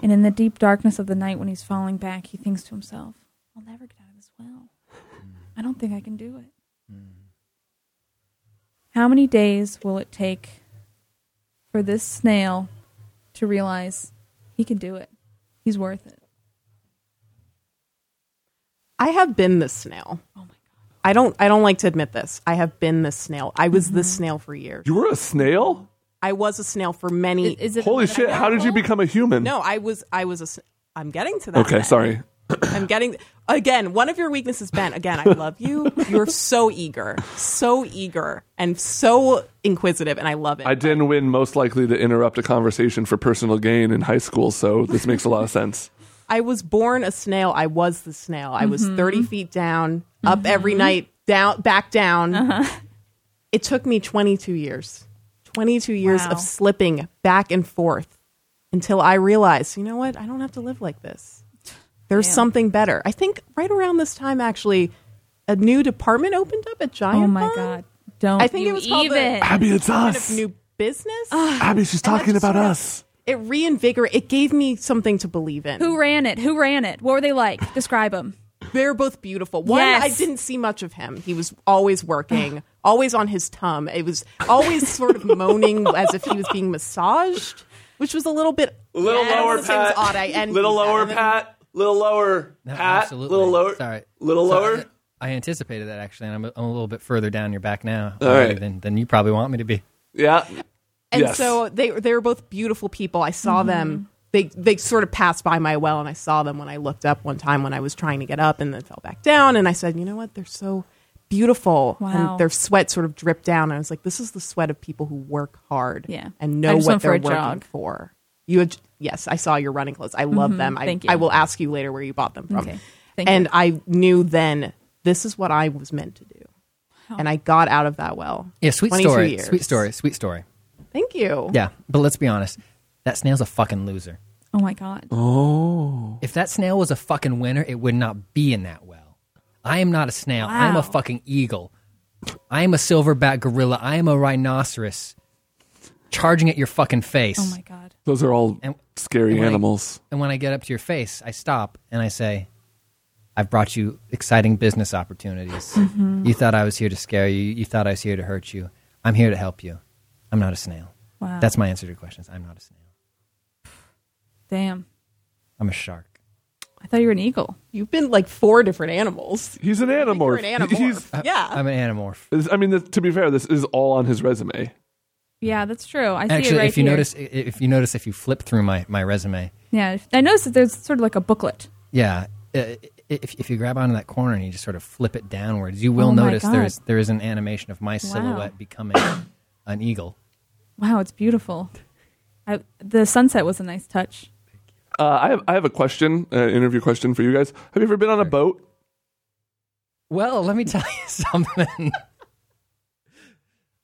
S1: And in the deep darkness of the night, when he's falling back, he thinks to himself, I'll never get out of this well. I don't think I can do it. How many days will it take for this snail to realize he can do it? He's worth it.
S4: I have been this snail.
S1: Oh my God.
S4: I don't. I don't like to admit this. I have been this snail. I was
S2: Mm-hmm.
S4: this snail for years.
S2: You were a snail?
S4: I was a snail for many.
S1: Is it
S2: Holy shit, how did you
S1: become?
S2: become a human?
S4: no, I was. I was a. sn- I'm getting to that.
S2: Okay,
S4: Ben.
S2: sorry.
S4: I'm getting again one of your weaknesses, Ben. Again, I love you. You're so eager, so eager, and so inquisitive, and I love it.
S2: I didn't win most likely to interrupt a conversation for personal gain in high school, so this makes a lot of sense.
S4: I was born a snail. I was the snail. I
S1: Mm-hmm.
S4: was 30 feet down, up every night, down, back down.
S1: Uh-huh.
S4: It took me 22 years, 22 years
S1: Wow.
S4: of slipping back and forth until I realized, you know what? I don't have to live like this. There's
S1: Damn.
S4: something better. I think right around this time, actually, a new department opened up at Giant.
S1: Oh my
S4: Bomb.
S1: god! Don't
S4: I think
S1: you
S4: it was called the-
S1: even.
S2: Abby, it's
S4: Kind of
S2: us.
S4: new business.
S1: Ah.
S2: Abby, she's
S4: And that
S2: talking
S4: just
S2: about
S4: sort of-
S2: us.
S4: It reinvigorated. It gave me something to believe in.
S1: Who ran it? Who ran it? What were they like? Describe them.
S4: They're both beautiful. One,
S1: Yes.
S4: I didn't see much of him. He was always working, always on his tum. It was always sort of moaning as if he was being massaged, which was a little bit
S2: Little
S4: Yeah,
S2: lower,
S4: this seems
S2: Pat.
S4: odd. I envy
S2: little
S4: that.
S2: lower,
S4: And then-
S2: Pat. Little lower,
S3: No,
S2: Pat.
S3: absolutely.
S2: Little lower.
S3: Sorry.
S2: Little
S3: So,
S2: lower.
S3: I, I anticipated that actually, and I'm a, I'm a little bit further down your back now
S2: All
S3: already
S2: right.
S3: than, than you probably want me to be.
S2: Yeah.
S4: And
S2: Yes.
S4: so they they were both beautiful people. I saw
S1: Mm-hmm.
S4: them. They they sort of passed by my well, and I saw them when I looked up one time when I was trying to get up, and then fell back down. And I said, you know what? They're so beautiful,
S1: Wow.
S4: and their sweat sort of dripped down. And I was like, this is the sweat of people who work hard,
S1: Yeah.
S4: and
S1: I
S4: know
S1: just
S4: what
S1: went for
S4: they're
S1: a
S4: working
S1: jog. Mm-hmm.
S4: for. You had, yes, I saw your running clothes. I love them. I,
S1: Thank you.
S4: I will ask you later where you bought them from.
S1: Okay. Thank
S4: and I knew then this is what I was meant to do. And I got out of that well.
S3: Yeah, sweet
S4: 22
S3: story.
S4: years.
S3: Sweet story. Sweet story.
S4: Thank you.
S3: Yeah, but let's be honest. That snail's a fucking loser.
S1: Oh my god!
S3: If that snail was a fucking winner, it would not be in that well. I am not a snail. I am
S1: Wow.
S3: a fucking eagle. I am a silverback gorilla. I am a rhinoceros charging at your fucking face.
S1: Oh my god!
S2: Those are all
S3: And-
S2: scary
S3: and like-
S2: animals.
S3: And when I get up to your face, I stop and I say, I've brought you exciting business opportunities.
S1: Mm-hmm.
S3: You thought I was here to scare you. You thought I was here to hurt you. I'm here to help you. I'm not a snail.
S1: Wow.
S3: That's my answer to your questions. I'm not a snail.
S1: Damn!
S3: I'm a shark.
S1: I thought you were an eagle.
S4: You've been like four different animals.
S2: He's an
S4: You're
S2: animorph.
S4: an animal.
S2: He's. uh,
S4: yeah.
S3: I'm an anamorph.
S2: This- I mean, this, to be fair, this is all on his resume.
S1: Yeah, that's true. I see
S3: Actually,
S1: it right
S3: if you
S1: here.
S3: notice, i- if you notice, if you flip through my, my resume,
S1: yeah, I noticed that there's sort of like a booklet.
S3: yeah, i- i- if, if you grab onto that corner and you just sort of flip it downwards, you will
S1: Oh my
S3: notice
S1: God.
S3: there's there is an animation of my silhouette becoming an eagle.
S1: Wow, it's beautiful. I, the sunset was a nice touch.
S2: Uh, I have I have a question, uh, interview question for you guys. Have you ever been on a boat?
S3: Well, let me tell you something.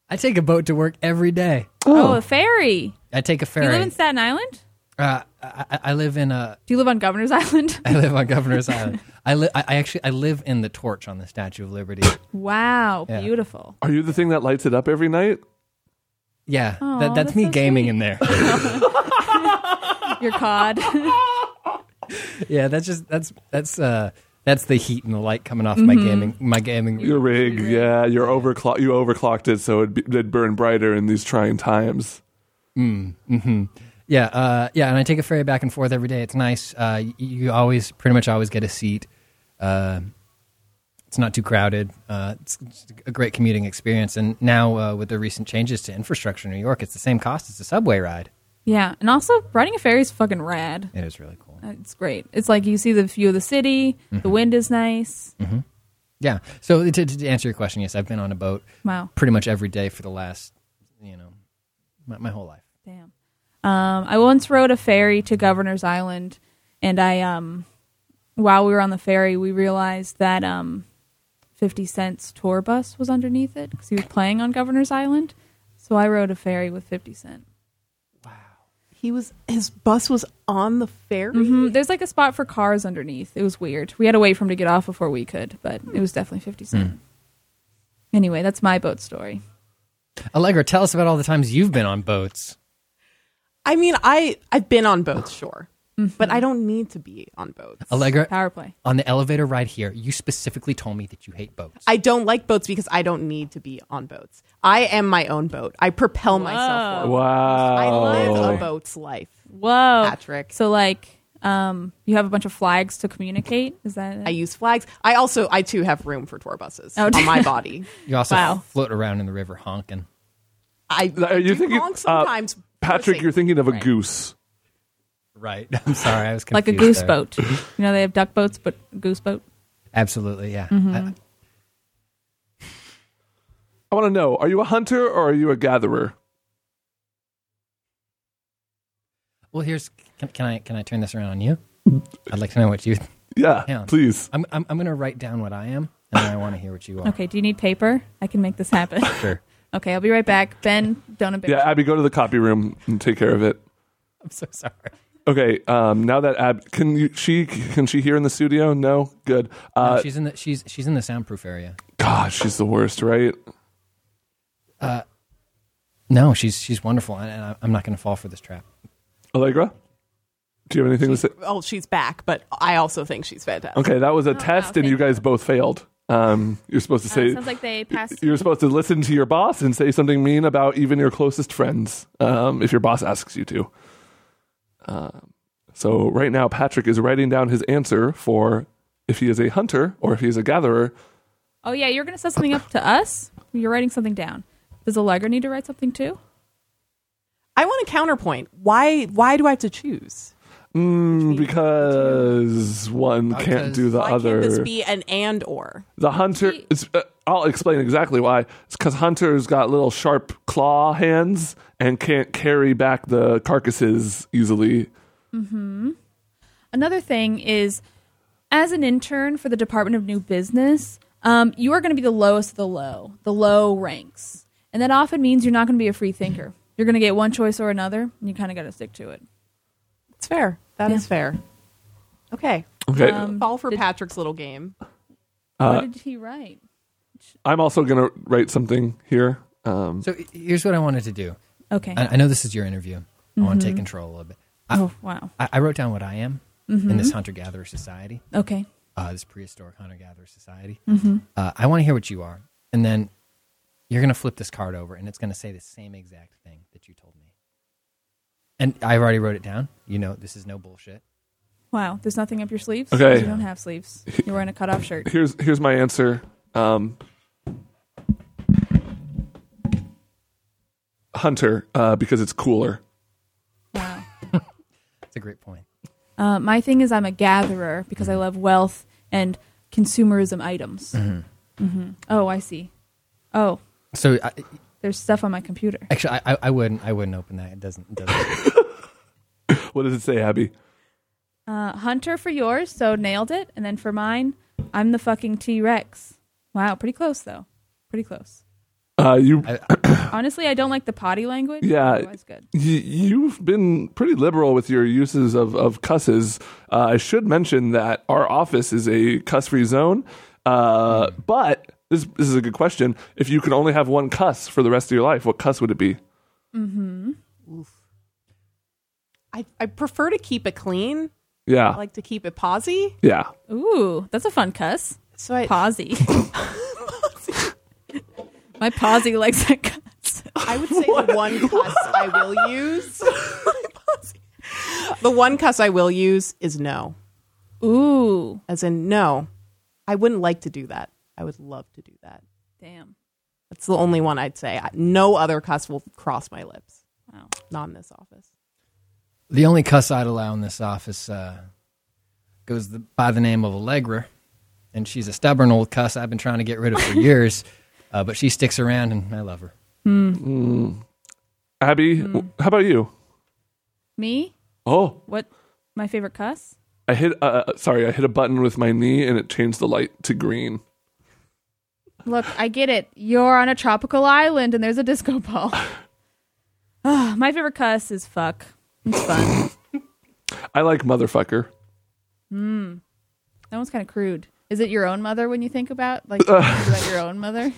S3: I take a boat to work every day.
S1: Oh, a ferry.
S3: I take a
S1: Do
S3: ferry.
S1: you live in Staten Island?
S3: uh, I, I- I live in a.
S1: Do you live on Governor's Island?
S3: I live on Governor's Island. I, li- I I actually I live in the torch on the Statue of Liberty.
S1: Wow,
S3: Yeah.
S1: beautiful.
S2: Are you the thing that lights it up every night?
S3: Yeah,
S1: Aw,
S3: that, that's
S1: that's
S3: me
S1: so
S3: gaming
S1: sweet.
S3: in there.
S1: Your cod.
S3: yeah, that's just that's that's uh that's the heat and the light coming off my gaming my gaming.
S2: Your rig, yeah, you're overclock. You overclocked it, so it'd, be, it'd burn brighter in these trying times.
S3: Yeah, uh, yeah, and I take a ferry back and forth every day. It's nice. Uh, y- you always, pretty much, always get a seat. Uh, it's not too crowded. Uh, it's, it's a great commuting experience. And now, uh, with the recent changes to infrastructure in New York, it's the same cost as a subway ride.
S1: yeah, and also riding a ferry is fucking rad.
S3: It is really cool.
S1: It's great. It's like you see the view of the city.
S3: Mm-hmm.
S1: The wind is nice.
S3: Yeah. So to, to answer your question, yes, I've been on a boat
S1: Wow.
S3: pretty much every day for the last, you know, my, my whole life.
S1: Damn. Um, I once rode a ferry to Governor's Island, and I, um, while we were on the ferry, we realized that um, 50 Cent's tour bus was underneath it because he was playing on Governor's Island. So I rode a ferry with 50 Cent.
S4: He was his bus was on the ferry.
S1: Mm, There's like a spot for cars underneath. It was weird. We had to wait for him to get off before we could, but it was definitely 50 Cent. Anyway, that's my boat story.
S3: Allegra, tell us about all the times you've been on boats.
S4: I mean, I I've been on boats, sure, but I don't need to be on boats.
S3: Allegra,
S1: Power play.
S3: on the elevator ride here, you specifically told me that you hate boats.
S4: I don't like boats because I don't need to be on boats. I am my own boat. I propel myself. forward.
S2: Wow.
S4: I live a boat's life.
S1: Whoa.
S4: Patrick.
S1: So, like, um, you have a bunch of flags to communicate? Is that it?
S4: I use flags. I also I too have room for tour buses
S1: Oh,
S4: on my body.
S3: You also
S1: Wow.
S3: float around in the river honking.
S4: I
S2: Are you
S4: do
S2: thinking
S4: honk
S2: uh,
S4: sometimes.
S2: Patrick?
S4: pushing.
S2: You're thinking of a
S1: Right.
S2: goose.
S3: Right. I'm sorry. I was
S1: like a
S3: confused
S1: goose
S3: there.
S1: boat. You know, they have duck boats, but goose boat.
S3: Absolutely. Yeah.
S1: Mm-hmm.
S3: I-
S2: I want to know: Are you a hunter or are you a gatherer?
S3: well, here's can, can I can I turn this around on you? I'd like to know what you.
S2: Yeah,
S3: Hang on.
S2: please.
S3: I'm I'm, I'm going to write down what I am, and then I want to hear what you are.
S1: Okay, do you need paper? I can make this happen.
S3: Sure.
S1: okay, I'll be right back. Ben, don't embarrass
S2: Yeah, Abby, go to the copy room and take care of it.
S3: I'm so sorry.
S2: Okay. Um, now that Ab, can you, she can she hear in the studio? No, good. Uh,
S3: No, she's in the she's she's in the soundproof area.
S2: God, she's the worst, right?
S3: No, she's she's wonderful, and, and I, I'm not going to fall for this trap.
S2: Allegra, do you have anything to say?
S4: Oh, she's back, but I also think she's fantastic.
S2: Okay, that was a
S1: Oh, wow,
S2: test, and you
S1: thank you.
S2: guys both failed. Um, you're supposed to say
S1: sounds like they passed.
S2: you're supposed to listen to your boss and say something mean about even your closest friends um, if your boss asks you to. Um, so right now, Patrick is writing down his answer for if he is a hunter or if he is a gatherer.
S1: Oh yeah, you're gonna set something up to us. You're writing something down. Does Allegra need to write something too?
S4: I want a counterpoint. Why? Why do I have to choose?
S2: Mm, because one can't do the
S4: Uh, Why
S2: other.
S4: can't this be an and or?
S2: The hunter.
S1: He-
S2: It's, uh, I'll explain exactly why. It's because hunters got little sharp claw hands and can't carry back the carcasses easily.
S1: Another thing is, as an intern for the Department of New Business, um, you are going to be the lowest of the low, the low ranks, and that often means you're not going to be a free thinker. You're going to get one choice or another, and you kind of got to stick to it.
S4: It's fair. That is fair. Okay.
S2: Okay.
S4: All for Patrick's little game.
S2: Uh,
S1: what did he write?
S2: I'm also going to write something here. Um,
S3: So h- here's what I wanted to do.
S1: Okay.
S3: I, I know this is your interview. I want
S1: Mm-hmm.
S3: to take control a little bit. I,
S1: oh wow.
S3: I, I wrote down what I am in this hunter gatherer society,
S1: Okay.
S3: uh, this prehistoric hunter gatherer society. Uh, I want to hear what you are, and then you're going to flip this card over, and it's going to say the same exact thing that you told me. And I've already wrote it down. You know, this is no bullshit.
S1: Wow. There's nothing up your sleeves.
S2: Okay.
S1: You don't have sleeves. You're wearing a cutoff shirt.
S2: here's here's my answer. Um, hunter, uh, because it's cooler.
S1: Wow.
S3: It's a great point.
S1: Uh, my thing is I'm a gatherer because I love wealth and consumerism items. Mm-hmm. Oh, I see. Oh,
S3: So I,
S1: there's stuff on my computer.
S3: actually, I, I- I wouldn't. I wouldn't open that. It doesn't. It doesn't.
S2: What does it say, Abby?
S1: Uh, Hunter for yours, so nailed it. And then for mine, I'm the fucking T Rex. Wow, pretty close though. Pretty close.
S2: Uh, you
S1: Honestly, I don't like the potty language.
S2: Yeah.
S1: otherwise good.
S2: Y- You've been pretty liberal with your uses of, of cusses. Uh, I should mention that our office is a cuss free zone. Uh,
S1: Hmm.
S2: But this, this is a good question. If you could only have one cuss for the rest of your life, what cuss would it be?
S4: I, I prefer to keep it clean.
S2: Yeah.
S4: I like to keep it posy.
S2: yeah.
S1: Ooh, that's a fun cuss.
S4: So I
S1: Posy. my posy likes that cuss.
S4: I would say the one cuss I will use. the one cuss I will use is no.
S1: Ooh,
S4: As in no. I wouldn't like to do that. I would love to do that.
S1: damn.
S4: That's the only one I'd say. I- No other cuss will cross my lips.
S1: Wow.
S4: Not in this office.
S3: the only cuss I'd allow in this office uh, goes the, by the name of Allegra, and she's a stubborn old cuss I've been trying to get rid of for years, uh, but she sticks around, and I love her.
S2: Abby,
S1: Hmm.
S2: w- how about you?
S1: Me?
S2: Oh,
S1: What? My favorite cuss?
S2: I hit, uh, sorry, I hit a button with my knee and it changed the light to green.
S1: Look, I get it. You're on a tropical island and there's a disco ball. Ah, my favorite cuss is fuck. It's fun.
S2: I like motherfucker.
S1: that one's kind of crude. Is it your own mother when you think about like you think about your own mother?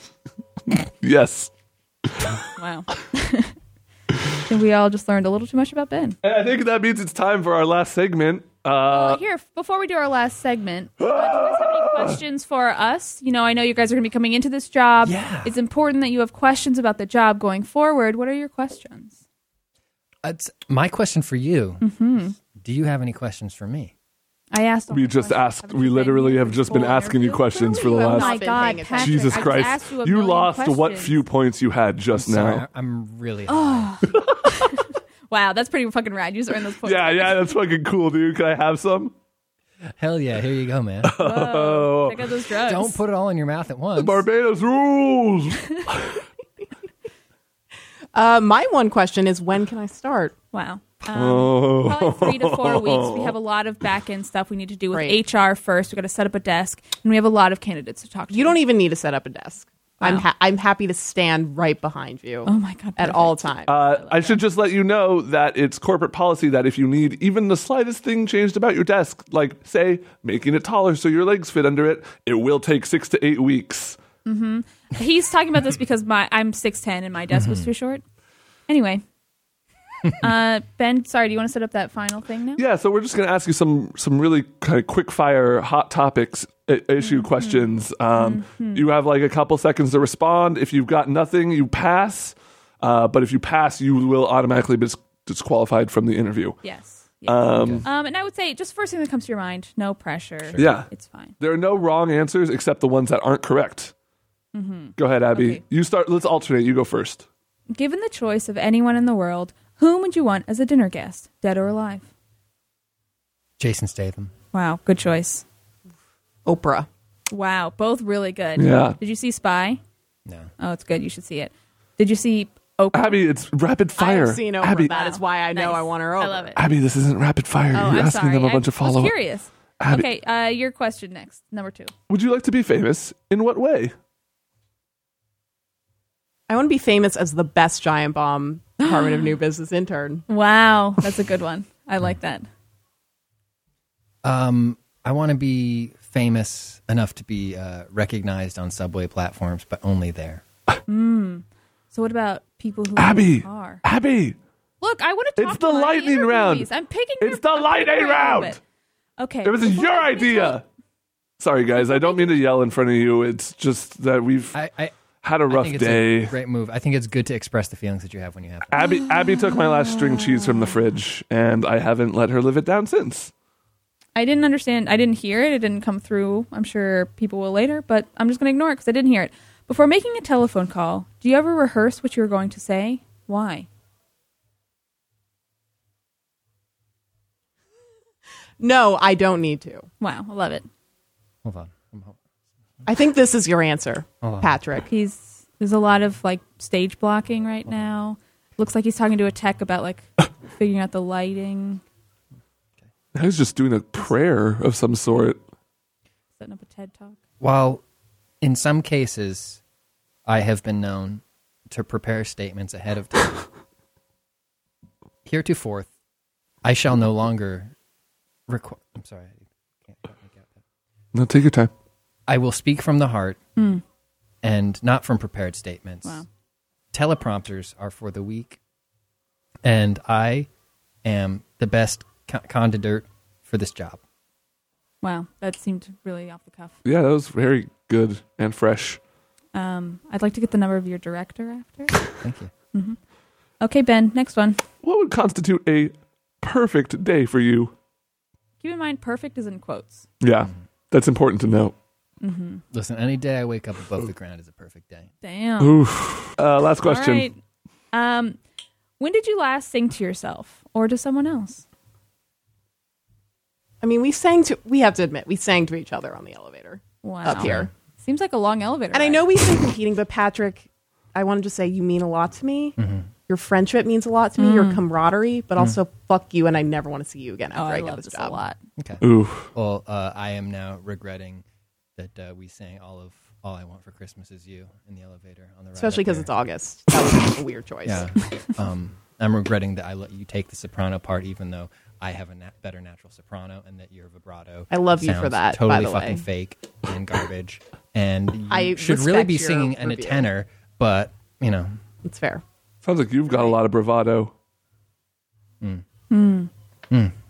S2: Yes.
S1: Wow. and we all just learned a little too much about Ben.
S2: And I think that means it's time for our last segment. Uh,
S1: Well, here, before we do our last segment, uh, do you guys have any questions for us? You know, I know you guys are going to be coming into this job.
S3: Yeah.
S1: It's important that you have questions about the job going forward. What are your questions?
S3: That's my question for you. Do you have any questions for me?
S1: I asked. all
S2: We
S1: Oh my
S2: just
S1: questions.
S2: asked-
S1: Haven't
S2: we
S1: been
S2: literally
S1: here
S2: have
S1: for
S2: just been
S1: full
S2: asking you
S1: interview?
S2: questions for the
S4: you have
S1: Oh
S2: last.
S1: my
S4: been
S1: god,
S4: paying attention.
S1: Patrick,
S2: Jesus
S1: I just
S2: Christ.
S1: asked you, a
S2: You
S1: million
S2: lost what
S1: questions.
S2: few points you had just
S3: Sorry,
S2: now.
S3: I- I'm really. high.
S1: Wow, that's pretty fucking rad. You just earned those points.
S2: Yeah, yeah, that's fucking cool, dude. Can I have some?
S3: Hell yeah, here you go, man.
S1: Whoa. Check out those drugs.
S3: Don't put it all in your mouth at once.
S2: Barbados rules.
S4: Uh, my one question is when can I start?
S1: Wow. Um,
S2: Oh.
S1: Probably three to four weeks. We have a lot of back end stuff we need to do with
S4: Right.
S1: HR first. We've got to set up a desk, and we have a lot of candidates to talk to.
S4: You don't even need to set up a desk. I'm
S1: Wow.
S4: ha- I'm happy to stand right behind you.
S1: Oh my God,
S4: At
S1: perfect.
S4: all times.
S2: Uh, I should just let you know that it's corporate policy that if you need even the slightest thing changed about your desk, like, say, making it taller so your legs fit under it, it will take six to eight weeks.
S1: He's talking about this because my I'm six ten and my desk
S2: Mm-hmm.
S1: was too short. Anyway, uh, Ben, sorry. Do you want to set up that final thing now?
S2: Yeah, so we're just going to ask you some some really kind of quick fire hot topics i-
S1: Mm-hmm.
S2: issue questions. Um, You have like a couple seconds to respond. If you've got nothing, you pass. Uh, but if you pass, you will automatically be dis- disqualified from the interview.
S1: Yes. yes. Um, and I would say just first thing that comes to your mind. No pressure.
S2: Yeah.
S1: It's fine.
S2: There are no wrong answers except the ones that aren't correct. Go ahead, Abby.
S1: Mm-hmm. Okay.
S2: You start. Let's alternate. You go first.
S1: Given the choice of anyone in the world, whom would you want as a dinner guest, dead or alive?
S3: Jason Statham.
S1: Wow, good choice.
S4: Oprah.
S1: Wow, both really good.
S2: Yeah.
S1: Did you see Spy?
S3: No.
S1: Oh, it's good. You should see it. Did you see Oprah?
S2: Abby, it's rapid fire.
S4: I've seen Oprah.
S2: Abby,
S4: That is why I know
S1: Nice.
S4: I want her over.
S1: I love it.
S2: Abby, this isn't rapid fire.
S1: Oh,
S2: You're
S1: I'm
S2: asking
S1: sorry.
S2: them a bunch
S1: I
S2: of follow
S1: was
S2: up.
S1: curious.
S2: Abby-
S1: Okay, uh, your question next, number two.
S2: Would you like to be famous? In what way?
S4: I want to be famous as the best giant bomb Department of New Business intern.
S1: Wow, that's a good one. I like that.
S3: Um, I want to be famous enough to be uh, recognized on subway platforms, but only there.
S1: So, what about people who
S2: Abby.
S1: are?
S2: Abby.
S1: Look, I want to talk.
S2: It's the
S1: to my
S2: lightning
S1: interviewees.
S2: round.
S1: I'm picking.
S2: It's
S1: your-
S2: the
S1: I'm picking
S2: lightning
S1: your brain a
S2: round.
S1: bit. Okay,
S2: It was
S1: before
S2: your
S1: I finish
S2: idea. Sorry, guys. I don't mean to yell in front of you. It's just that we've
S3: I, I
S2: had a
S3: I
S2: rough
S3: think it's
S2: day.
S3: A great move. I think it's good to express the feelings that you have when you have. Them.
S2: Abby, Abby took my last string cheese from the fridge, and I haven't let her live it down since.
S1: I didn't understand. I didn't hear it. It didn't come through. I'm sure people will later, but I'm just going to ignore it because I didn't hear it. Before making a telephone call, do you ever rehearse what you're going to say? Why?
S4: No, I don't need to.
S1: Wow, I love it.
S3: Hold on. I'm ho-
S4: I think this is your answer,
S1: Oh.
S3: on.
S4: Patrick.
S1: He's there's a lot of like stage blocking right
S4: Uh-huh.
S1: now. Looks like he's talking to a tech about like figuring out the lighting,
S2: I was just doing a prayer of some sort.
S1: setting up a TED talk.
S3: While in some cases, I have been known to prepare statements ahead of time. Heretofore, I shall no longer require. I'm sorry. I can't quite make out that.
S2: No, take your time.
S3: I will speak from the heart
S4: Hmm.
S3: and not from prepared statements.
S1: Wow.
S3: Teleprompters are for the weak, and I am the best co- candidate for this job.
S1: Wow, that seemed really off the cuff.
S2: Yeah, that was very good and fresh.
S1: Um, I'd like to get the number of your director after. Mm-hmm.
S3: Thank you.
S1: Okay, Ben, next one.
S2: What would constitute a perfect day for you?
S1: Keep in mind, perfect is in quotes.
S2: Yeah, that's important to know.
S3: Listen, any day I wake up above the ground is a perfect day.
S1: Damn.
S2: Oof. Uh, last question.
S1: All right. Um, when did you last sing to yourself or to someone else?
S4: I mean, we sang to, we have to admit, we sang to each other on the elevator.
S1: Wow.
S4: Up here.
S1: Seems like a long elevator.
S4: And I
S1: ride.
S4: know we've been competing, but Patrick, I wanted to say you mean a lot to me.
S1: Mm-hmm.
S4: Your friendship means a lot to me, your camaraderie, but also fuck you, and I never want to see you again after
S1: Mm. Oh,
S4: I,
S1: I
S4: get
S1: love
S4: this,
S1: this a
S4: job.
S1: lot.
S3: Okay.
S2: Oof.
S3: Well, uh, I am now regretting that uh, we sang all of "All I Want for Christmas Is You" in the elevator on the ride.
S4: Especially because
S3: because
S4: it's August. That was a weird choice.
S3: Yeah. um, I'm regretting that I let you take the soprano part, even though I have a na- better natural soprano, and that your vibrato.
S4: I love you for
S3: sounds
S4: that, by
S3: Totally
S4: the
S3: fucking
S4: way.
S3: fake and garbage, and you
S4: I
S3: should really be
S4: respect your
S3: singing in a
S4: review.
S3: tenor. But you know,
S4: It's fair.
S2: Sounds like you've got a lot of bravado.
S3: mm.
S4: Hmm.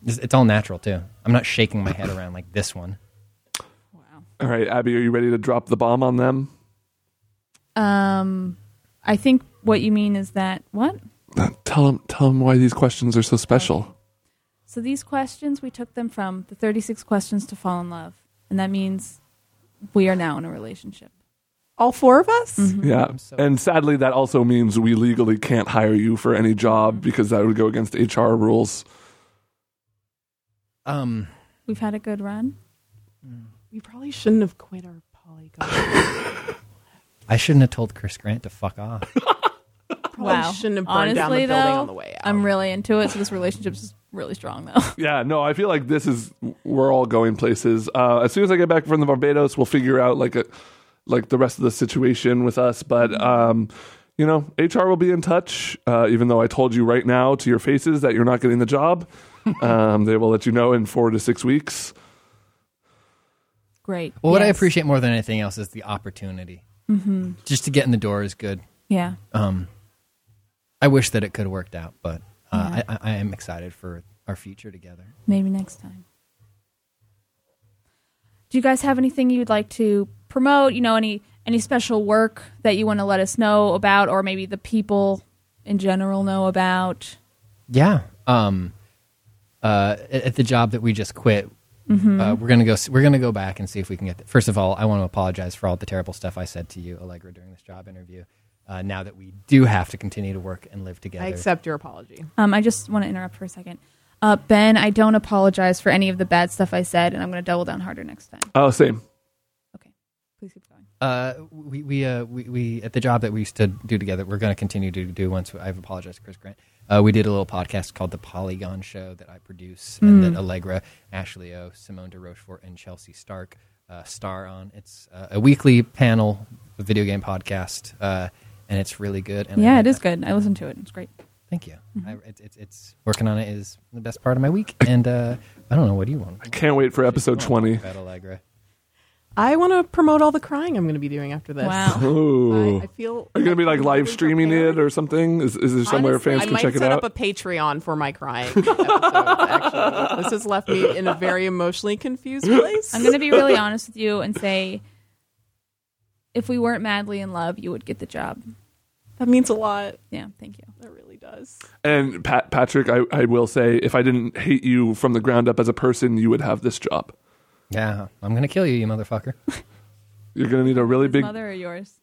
S3: it's, it's all natural too. I'm not shaking my head around like this one.
S1: Wow.
S2: All right, Abby, are you ready to drop the bomb on them?
S1: Um, I think what you mean is that what?
S2: Uh, Tell them, tell them why these questions are so special.
S1: So these questions we took them from the 36 questions to fall in love, and that means we are now in a relationship.
S4: all four of us.
S1: Mm-hmm.
S2: Yeah. And sadly, that also means we legally can't hire you for any job because that would go against HR rules.
S3: Um,
S1: We've had a good run.
S4: We probably shouldn't have quit our polygon.
S3: I shouldn't have told Chris Grant to fuck off.
S4: Probably shouldn't have burned down the
S1: Honestly,
S4: building
S1: though,
S4: on the way out.
S1: I'm really into it, so this relationship's just really strong, though.
S2: Yeah, no, I feel like this is we're all going places. Uh, as soon as I get back from the Barbados, we'll figure out like a like the rest of the situation with us. But um, you know, HR will be in touch. Uh, even though I told you right now to your faces that you're not getting the job, um, they will let you know in four to six weeks.
S1: Great.
S3: Well, what I
S1: Yes.
S3: appreciate more than anything else is the opportunity. Mm-hmm. Just to get in the door is good.
S1: Yeah.
S3: Um, I wish that it could have worked out, but uh, I I, I am excited for our future together.
S1: Maybe next time. Do you guys have anything you'd like to promote? You know, any any special work that you want to let us know about, or maybe the people in general know about?
S3: Yeah. Um, uh, at at the job that we just quit, uh, we're gonna go. s- We're gonna go back and see if we can get. The, first of all, I want to apologize for all the terrible stuff I said to you, Allegra, during this job interview. Uh, now that we do have to continue to work and live together,
S4: I accept your apology.
S1: Um, I just want to interrupt for a second. Uh, ben, I don't apologize for any of the bad stuff I said, and I'm going to double down harder next time.
S2: Oh, same.
S1: Okay, please keep going.
S3: uh, we we, uh, we we at the job that we used to do together, we're going to continue to do once. I've apologized, to Chris Grant. Uh, we did a little podcast called the Polygon Show that I produce, and
S1: Hmm.
S3: that Allegra, Ashley O, Simone de Rochefort, and Chelsea Stark uh, star on. It's uh, a weekly panel, a video game podcast, uh, and it's really good. And I
S1: Yeah,
S3: made
S1: it is
S3: that-
S1: good. Mm-hmm. I listened to it. It's great.
S3: Thank you. I, it's it's it's working on it is the best part of my week, and uh, I don't know what do you want.
S2: Can't wait for episode twenty.
S3: about Allegra.
S4: I want to promote all the crying I'm going to be doing after this.
S1: Wow.
S2: Ooh.
S4: I, I feel
S2: Are you gonna be like live streaming
S4: prepared.
S2: it or something? Is, is there somewhere
S4: Honestly,
S2: fans
S4: I
S2: can
S4: might
S2: check it
S4: set
S2: out?
S4: up a Patreon for my crying. episodes, actually. This has left me in a very emotionally confused place.
S1: I'm going to be really honest with you and say if we weren't madly in love, you would get the job.
S4: that means a lot.
S1: Yeah, thank you.
S4: That really does.
S2: and Pat, Patrick, I, I will say, if I didn't hate you from the ground up as a person, you would have this job.
S3: Yeah, I'm gonna kill you, you motherfucker.
S2: You're gonna need a really
S1: His
S2: big
S1: mother or yours?